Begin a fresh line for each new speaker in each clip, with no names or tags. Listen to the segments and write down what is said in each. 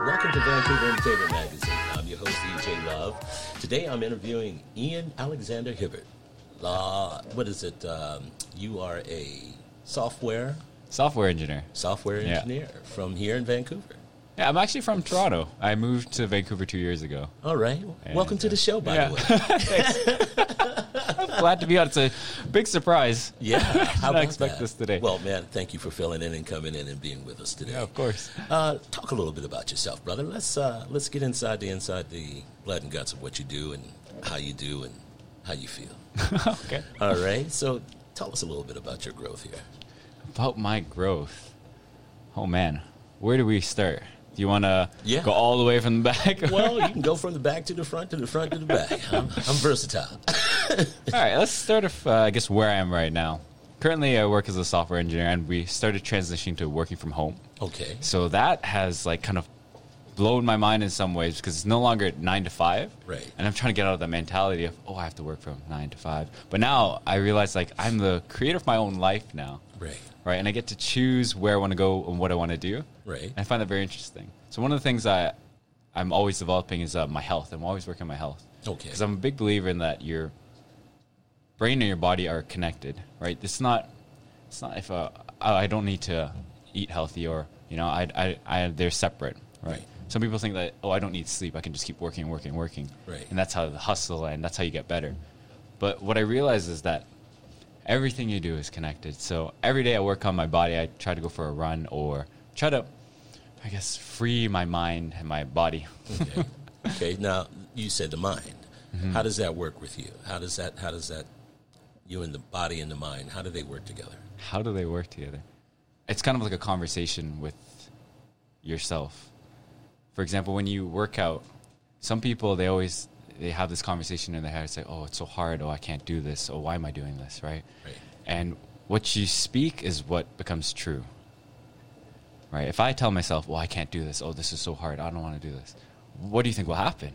Welcome to Vancouver Insider Magazine. I'm your host, EJ Love. Today I'm interviewing Ian Alexander Hibbert. Uh, what is it? Um, you are a software
Software engineer.
software
Yeah.
engineer from here in Vancouver.
Yeah, I'm actually from Toronto. I moved to Vancouver two years ago.
All right. Welcome to the show, by
uh, yeah.
the way.
Glad to be on. It's a big surprise.
Yeah. How
Did not
about
expect
that?
this today.
Well, man, thank you for filling in and coming in and being with us today.
Yeah, of course.
Uh, talk a little bit about yourself, brother. Let's uh, let's get inside the inside the blood and guts of what you do and how you do and how you feel.
okay.
All right. So tell us a little bit about your growth here.
About my growth. Oh man, where do we start? Do you want to
Yeah.
go all the way from the back?
Well, you can go from the back to the front to the front to the back. I'm, I'm versatile.
All right, let's start off, uh, I guess, where I am right now. Currently, I work as a software engineer, and we started transitioning to working from home.
Okay.
So that has like kind of blown my mind in some ways because it's no longer nine to five.
Right.
And I'm trying to get out of that mentality of, oh, I have to work from nine to five. But now I realize like I'm the creator of my own life now.
Right.
Right. And I get to choose where I want to go and what I want to do.
Right.
And I find that very interesting. So one of the things I I'm always developing is uh, my health. I'm always working on my health.
Okay.
Because I'm a big believer in that your brain and your body are connected, right? It's not it's not if uh, oh, I don't need to eat healthy or you know I I, I they're separate, right?
Right.
Some people think that oh I don't need sleep, I can just keep working, working, working,
Right.
And that's how the hustle and that's how you get better. But what I realize is that everything you do is connected. So every day I work on my body. I try to go for a run or try to, I guess, free my mind and my body.
Okay. okay. Now you said the mind.
Mm-hmm.
How does that work with you? How does that? How does that? You and the body and the mind. How do they work together?
How do they work together? It's kind of like a conversation with yourself. For example, when you work out, some people they always they have this conversation in their head. It's like, oh, it's so hard. Oh, I can't do this. Oh, why am I doing this? Right.
Right.
And what you speak is what becomes true. Right. If I tell myself, well, I can't do this. Oh, this is so hard. I don't want to do this. What do you think will happen?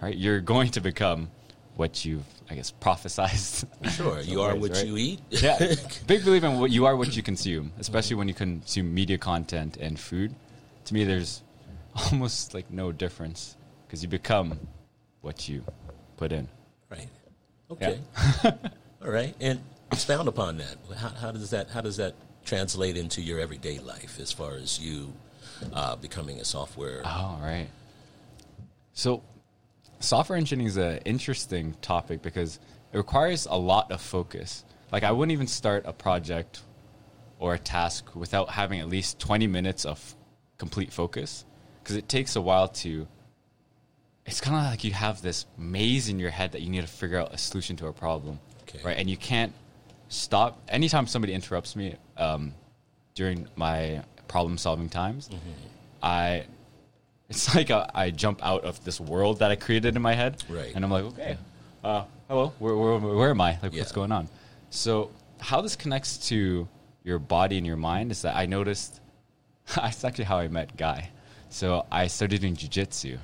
Right. You're going to become what you've, I guess, prophesized.
Sure. you
Some
are
ways,
what
right?
you eat.
Yeah, big belief in what you are what you consume, especially when you consume media content and food. To me, there's almost like no difference because you become what you put in.
Right. Okay. All right. And expound upon that. How, how does that how does that translate into your everyday life as far as you uh, becoming a software?
Oh, right. So, software engineering is an interesting topic because it requires a lot of focus. Like, I wouldn't even start a project or a task without having at least 20 minutes of complete focus because it takes a while to. It's kind of like you have this maze in your head that you need to figure out a solution to a problem,
Okay.
right? And you can't stop. Anytime somebody interrupts me um, during my problem-solving times, I it's like a, I jump out of this world that I created in my head,
Right.
And I'm like, okay, uh, hello, where, where, where am I? Like,
Yeah.
what's going on? So, how this connects to your body and your mind is that I noticed that's actually how I met Guy. So I started doing jujitsu,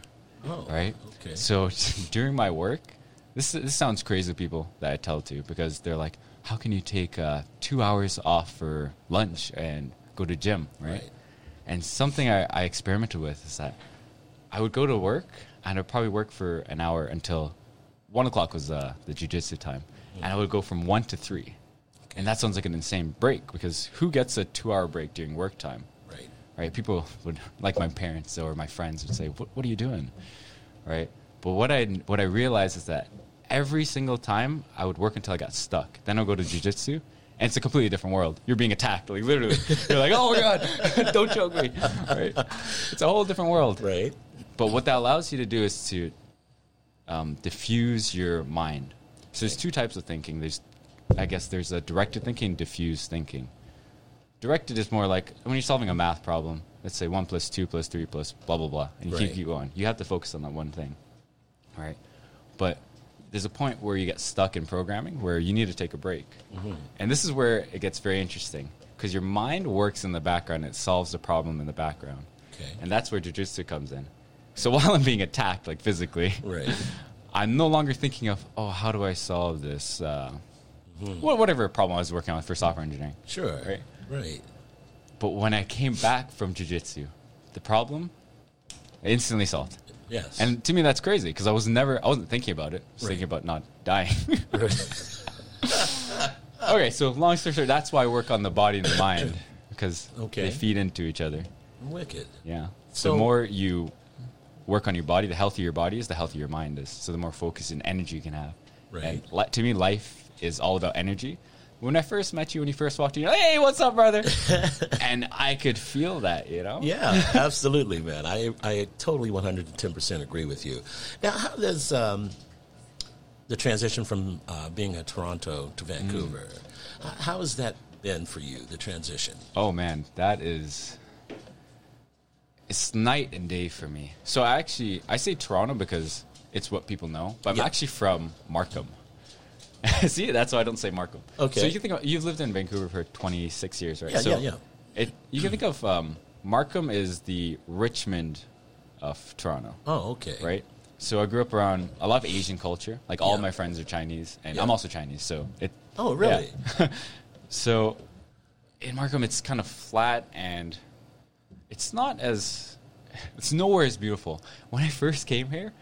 Oh,
right?
Okay.
So during my work, this this sounds crazy to people that I tell to because they're like, how can you take uh, two hours off for lunch and go to gym, right?
Right.
And something I, I experimented with is that I would go to work and I'd probably work for an hour until one o'clock was uh, the jujitsu time,
Hmm.
and I would go from one to three, and that sounds like an insane break because who gets a two-hour break during work time?
right.
right? People would, like my parents or my friends, would say, "What, what are you doing?" Right? But what I what I realized is that every single time I would work until I got stuck. Then I'll go to jujitsu, and it's a completely different world. You're being attacked, like literally. You're like, "Oh my god, don't choke me!" Right? It's a whole different world.
Right.
But what that allows you to do is to um, diffuse your mind. So there's two types of thinking. There's, I guess, there's a directed thinking, and diffused thinking. Directed is more like when you're solving a math problem. Let's say one plus two plus three plus blah blah blah, and you
Right.
keep keep going. You have to focus on that one thing, all right? But there's a point where you get stuck in programming where you need to take a break, and this is where it gets very interesting because your mind works in the background. It solves the problem in the background,
Okay.
and that's where jujitsu comes in. So while I'm being attacked, like physically,
Right.
I'm no longer thinking of, oh, how do I solve this? Uh,
Mm-hmm.
wha- Whatever problem I was working on for software engineering.
Sure.
Right.
Right.
But when I came back from jujitsu, the problem instantly solved.
Yes.
And to me, that's crazy because I was never, I wasn't thinking about it. I was
Right.
thinking about not dying. okay, so long story short, that's why I work on the body and the mind because
Okay.
they feed into each other.
wicked.
Yeah.
So-
So, the more you work on your body, the healthier your body is, the healthier your mind is. So the more focus and energy you can have.
Right.
And li- to me, life is all about energy. When I first met you, when you first walked in, you're like, hey, what's up, brother? and I could feel that, you know?
Yeah, absolutely, man. I I totally 110% agree with you. Now, how does um, the transition from uh, being a Toronto to
Mm-hmm.
Vancouver? h- How has that been for you? The transition.
Oh man, that is it's night and day for me. So I actually I say Toronto because it's what people know, but I'm
Yeah.
actually from Markham. See, that's why I don't say Markham.
Okay.
So you can think of, you've lived in Vancouver for 26 years, right?
Yeah,
so
yeah,
It, you can think of um, Markham is the Richmond of Toronto
Oh, okay.
right? So I grew up around a lot of Asian culture. Like all
Yeah.
my friends are Chinese, and
Yeah.
I'm also Chinese. So it.
Oh, really?
yeah. so in Markham, it's kind of flat, and it's not as. It's nowhere as beautiful. When I first came here,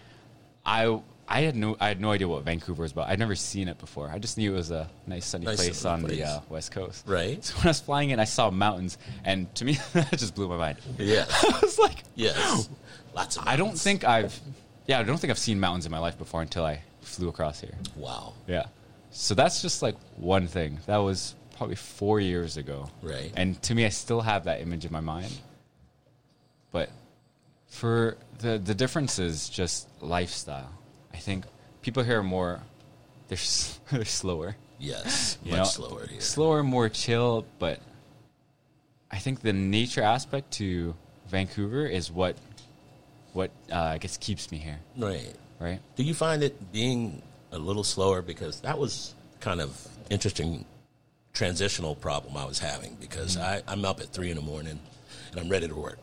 I I had no I had no idea what Vancouver was about. I'd never seen it before. I just knew it was a nice sunny
Nice
place
sunny
on the
place.
uh, west coast.
Right.
So when I was flying in, I saw mountains, and to me, that just blew my mind.
Yeah.
I was like,
Yes. Lots of.
I don't
mountains.
think I've, yeah, I don't think I've seen mountains in my life before until I flew across here.
Wow.
Yeah. So that's just like one thing. That was probably four years ago.
Right.
And to me, I still have that image in my mind. But for the, the difference is just lifestyle. I think people here are more, they're, s- they're slower.
Yes.
you
Much
know?
slower here.
Slower, more chill, but I think the nature aspect to Vancouver is what what uh, I guess keeps me here,
right.
right?
Do you find it being a little slower because that was kind of interesting transitional problem I was having because I, I'm up at three in the morning and I'm ready to work.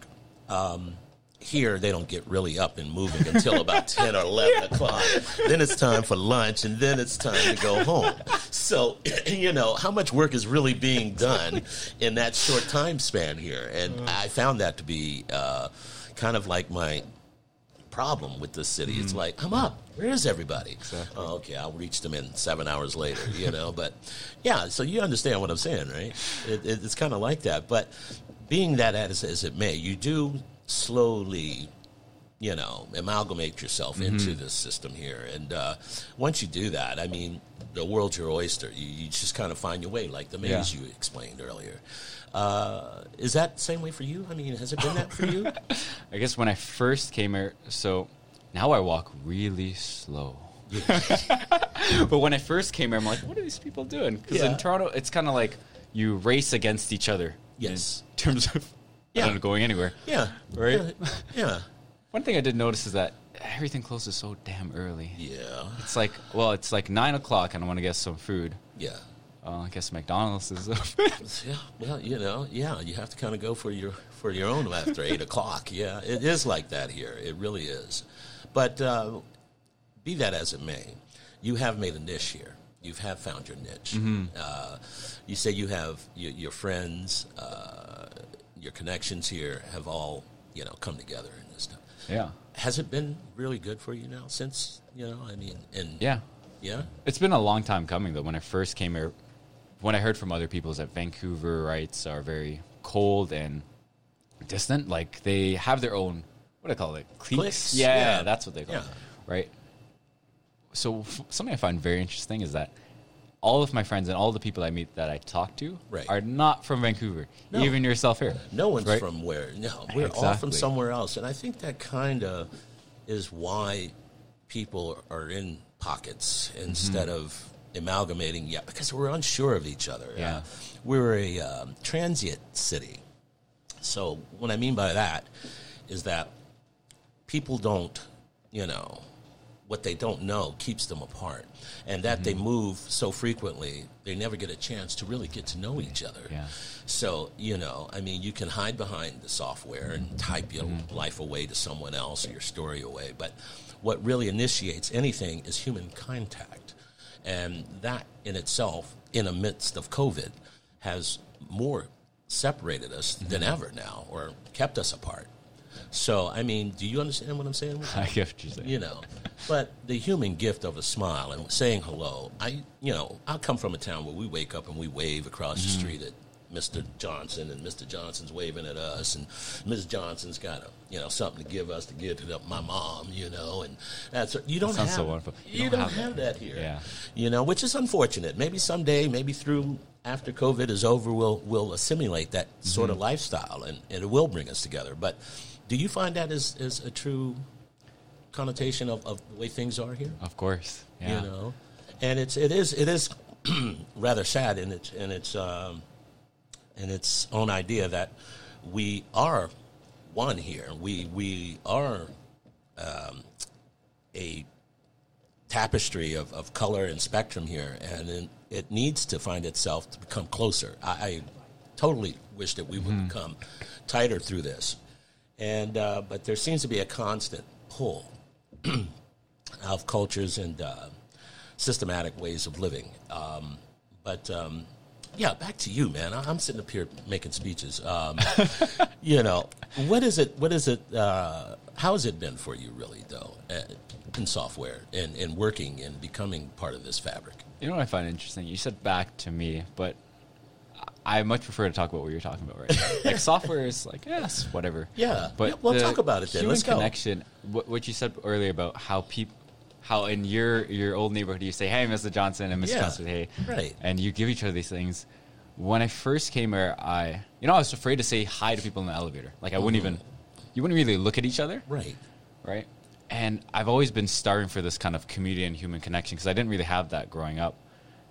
Um, here they don't get really up and moving until about ten or eleven o'clock. Then it's time for lunch and then it's time to go home. So you know how much work is really being done in that short time span here, and I found that to be uh, kind of like my problem with this city.
Mm.
It's like I'm up. Where is everybody? Oh, okay, I'll reach them in seven hours later. You know, but yeah. So you understand what I'm saying, right? It, it, it's kind of like that. But being that as, as it may, you do slowly, you know, amalgamate yourself
Mm-hmm.
into this system here. And uh, once you do that, I mean, the world's your oyster. You, you just kind of find your way, like the maze
Yeah.
you explained earlier. Uh, is that same way for you? I mean, has it been that for you?
I guess when I first came here, so now I walk really slow. but when I first came here, I'm like, what are these people doing? Because
Yeah.
in Toronto, it's kind of like you race against each other.
Yes.
In terms of
Yeah.
I don't know, going anywhere.
Yeah.
Right?
Yeah. Yeah.
One thing I did notice is that everything closes so damn early.
Yeah.
It's like, well, it's like nine o'clock, and I want to get some food.
Yeah.
Uh, I guess McDonald's is open.
Yeah. Well, you know, yeah, you have to kind of go for your for your own after eight o'clock. Yeah, it is like that here. It really is. But uh, be that as it may, you have made a niche here. You have found your niche. Uh, you say you have your, your friends, uh, your connections here have all you know come together and this stuff.
yeah,
Has it been really good for you now since you know? I mean, and
yeah.
yeah,
It's been a long time coming though. When I first came here, when I heard from other people is that Vancouverites are very cold and distant. Like they have their own what do I call it?
Cliques,
Yeah,
yeah.
that's what they call
Yeah.
it. Right. So f- something I find very interesting is that all of my friends and all the people I meet that I talk to
Right.
are not from Vancouver.
No.
Even yourself here.
No one's
right?
from where. No, we're all from
Exactly.
somewhere else. And I think that kind of is why people are in pockets
Mm-hmm.
instead of amalgamating. Yeah, because we're unsure of each other.
Yeah.
Uh, we're a um, transient city. So what I mean by that is that people don't, you know, what they don't know keeps them apart, and that
Mm-hmm.
they move so frequently they never get a chance to really get to know each other.
Yeah.
So you know, I mean, you can hide behind the software
Mm-hmm.
and type your life away to someone else or your story away, but what really initiates anything is human contact, and that in itself, in the midst of COVID,
Mm-hmm.
has more separated us than ever now, or kept us apart. So, I mean, do you understand what I'm saying? with
I get what you're saying.
you know. But the human gift of a smile and saying hello. I, you know, I come from a town where we wake up and we wave across the street at Mr. Johnson, and Mr. Johnson's waving at us, and Ms. Johnson's got a, you know, something to give us to give to my mom, you know, and that's you don't
sounds
have
so wonderful.
You, don't, have, that here,
Yeah.
You know, which is unfortunate. Maybe someday, maybe through after COVID is over, we'll we'll assimilate that sort of lifestyle, and, and it will bring us together. But do you find that is is a true connotation of, of the way things are here.
Of course. Yeah.
You know, and it's it is it is rather sad in its in its um, in its own idea that we are one here. We we are um, a tapestry of, of color and spectrum here, and it, it needs to find itself to become closer. I, I totally wish that we would become tighter through this, and uh, but there seems to be a constant pull of cultures and uh, systematic ways of living. Um, but um, yeah, back to you, man. I, I'm sitting up here making speeches. Um, you know, what is it? What is it? Uh, how has it been for you, really, though, uh, in software and, and working and becoming part of this fabric?
You know what I find interesting? You said back to me, but I I much prefer to talk about what you're talking about right now. like software is like yes, whatever.
Yeah.
but
Yeah, well,
the
talk about it then.
Human
Let's go.
connection. What, what you said earlier about how people, how in your your old neighborhood you say, "Hey, Mr. Johnson," and Mr.
Yeah,
Johnson, "Hey,"
right.
and you give each other these things. When I first came here, I you know I was afraid to say hi to people in the elevator. Like I wouldn't
Mm-hmm.
even, you wouldn't really look at each other
Right.
right? And I've always been starving for this kind of community and human connection because I didn't really have that growing up.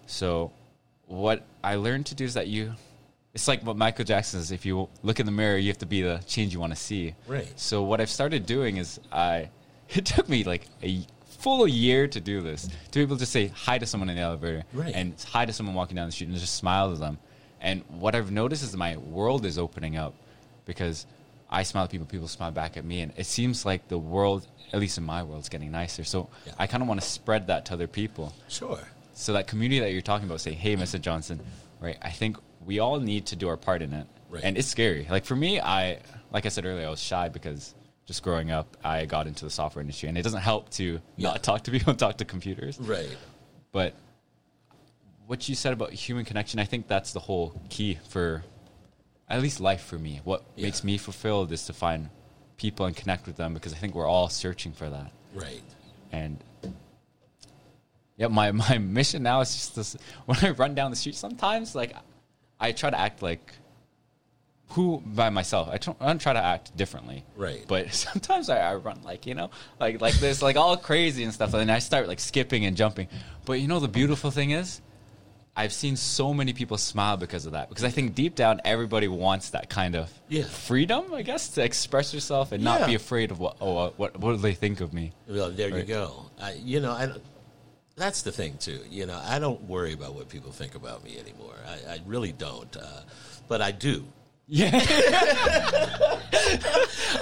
So, what I learned to do is that you, it's like what Michael Jackson says: if you look in the mirror, you have to be the change you want to see.
Right.
So, what I've started doing is I, it took me like a full year to do this to be able to say hi to someone in the elevator
Right.
and hi to someone walking down the street and just smile to them. And what I've noticed is my world is opening up because I smile at people, people smile back at me, and it seems like the world, at least in my world, is getting nicer. So
Yeah.
I kind of want to spread that to other people.
Sure.
So that community that you're talking about, say, hey, Mr. Johnson, right? I think we all need to do our part in it,
Right.
and it's scary. Like for me, I, like I said earlier, I was shy because just growing up, I got into the software industry, and it doesn't help to
Yeah.
not talk to people, and talk to computers,
Right.
but what you said about human connection, I think that's the whole key for at least life for me. What
Yeah.
makes me fulfilled is to find people and connect with them because I think we're all searching for that.
Right.
And yeah, my, my mission now is just this when I run down the street sometimes like I try to act like who by myself. I don't, I don't try to act differently.
Right.
But sometimes I, I run like, you know, like like this, like all crazy and stuff, and I start like skipping and jumping. But you know the beautiful thing is I've seen so many people smile because of that. Because I think deep down everybody wants that kind of
Yeah.
freedom, I guess, to express yourself and not
Yeah.
be afraid of what oh what what do they think of me.
Well, there you
Right.
go. I, you know, I, don't- that's the thing too. You know, I don't worry about what people think about me anymore. I, I really don't, uh, but I do.
Yeah.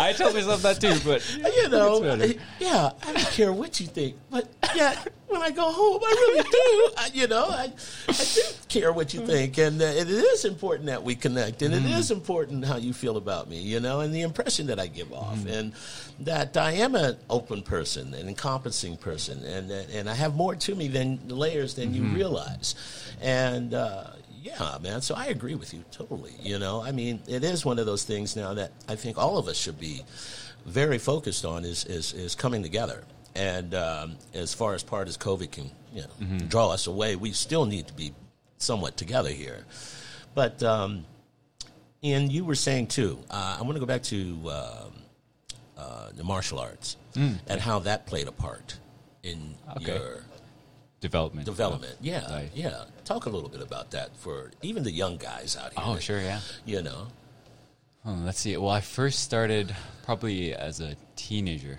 I tell myself that too, but
You know,
It's better.
yeah, I don't care what you think, but yeah, when I go home, I really do. I, you know, I, I do care what you think, and uh, it is important that we connect, and it is important how you feel about me, you know, and the impression that I give off, and that I am an open person, an encompassing person, and and I have more to me than layers than you realize, and. Uh, yeah, man. So I agree with you totally. You know, I mean, it is one of those things now that I think all of us should be very focused on is is, is coming together. And um, as far as part as COVID can you know, draw us away, we still need to be somewhat together here. But um, and you were saying too, uh, I want to go back to um, uh, the martial arts and how that played a part in
Okay.
your
development.
development. Yeah,
Right.
yeah. Talk a little bit about that for even the young guys out here.
Oh, sure, yeah.
You know,
Hmm, let's see. Well, I first started probably as a teenager.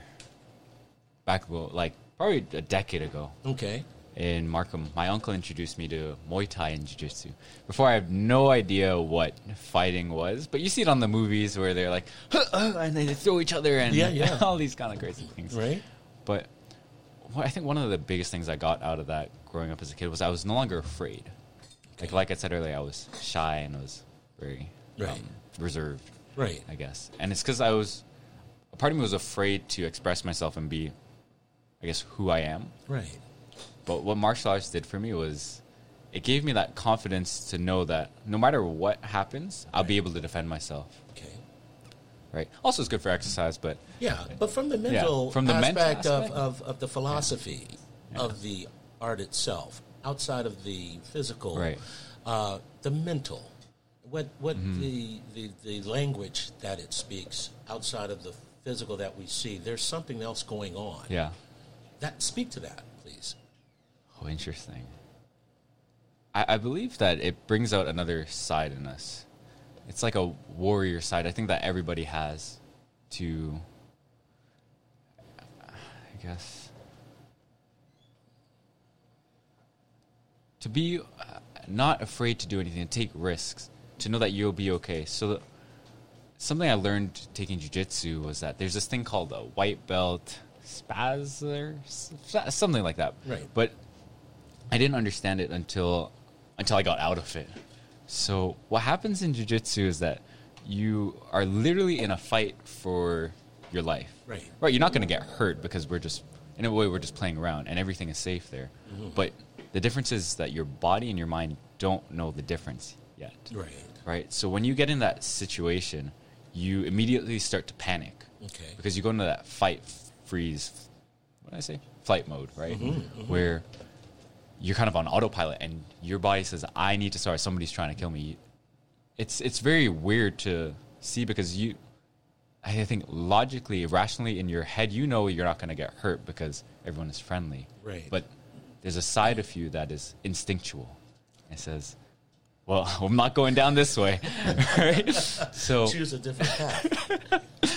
Back well, like probably a decade ago
okay,
in Markham, my uncle introduced me to Muay Thai and Jiu Jitsu. Before I had no idea what fighting was, but you see it on the movies where they're like, and they throw each other and
Yeah, yeah.
all these kind of crazy things.
right?
But what I think one of the biggest things I got out of that growing up as a kid was I was no longer afraid. Like like I said earlier, I was shy and I was very
Right.
um, reserved,
Right.
I guess. And it's because I was part of me was afraid to express myself and be, I guess, who I am.
Right.
But what martial arts did for me was it gave me that confidence to know that no matter what happens, I'll be able to defend myself.
Okay.
Right. Also, it's good for exercise, but
Yeah, but from the mental
from the mental
aspect,
aspect.
Of, of, of the philosophy of the art itself, outside of the physical,
Right.
uh, the mental, what, what
Mm-hmm.
the, the, the language that it speaks outside of the physical that we see, there's something else going on.
yeah.
That, speak to that, please.
Oh, interesting. I, I believe that it brings out another side in us. It's like a warrior side. I think that everybody has to, I guess, to be uh, not afraid to do anything, to take risks, to know that you'll be okay. So, the, something I learned taking jujitsu was that there's this thing called a white belt spaz or s- something like that.
Right.
But I didn't understand it until until I got out of it. So what happens in jujitsu is that you are literally in a fight for your life.
Right.
Right. You're not going to get hurt because we're just in a way we're just playing around and everything is safe there. But the difference is that your body and your mind don't know the difference yet.
Right.
Right. So when you get in that situation, you immediately start to panic.
Okay.
Because you go into that fight, freeze, what did I say? Flight mode, right?
Mm-hmm,
Where you're kind of on autopilot and your body says, I need to start. Somebody's trying to kill me. It's, it's very weird to see because you, I think logically, rationally in your head, you know you're not going to get hurt because everyone is friendly.
Right.
But there's a side of you that is instinctual. It says, well, I'm not going down this way. right? So
Choose a different path.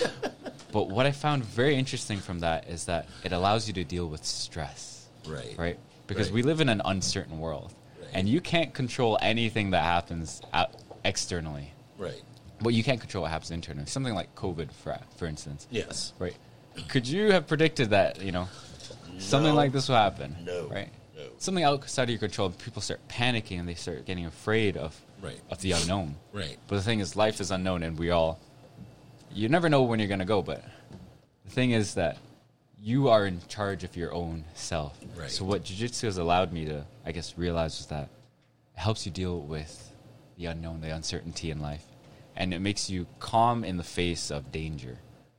but what I found very interesting from that is that it allows you to deal with stress,
right.
right? Because
Right.
we live in an uncertain world,
Right.
and you can't control anything that happens out externally,
Right.
but you can't control what happens internally. Something like COVID, for, for instance,
Yes.
right? Could you have predicted that, you know, something
No.
like this will happen?
No.
Right?
No.
Something outside of your control, people start panicking and they start getting afraid of,
Right.
of the unknown.
Right.
But the thing is, life is unknown, and we all, you never know when you're going to go. But the thing is that you are in charge of your own self.
Right.
So, what Jiu Jitsu has allowed me to, I guess, realize is that it helps you deal with the unknown, the uncertainty in life, and it makes you calm in the face of danger,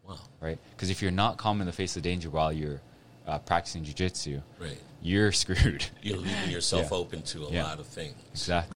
Wow.
right? Because if you're not calm in the face of danger while you're uh, practicing Jiu Jitsu,
Right.
you're screwed.
You're leaving yourself
Yeah.
open to a
Yeah.
lot of things.
exactly.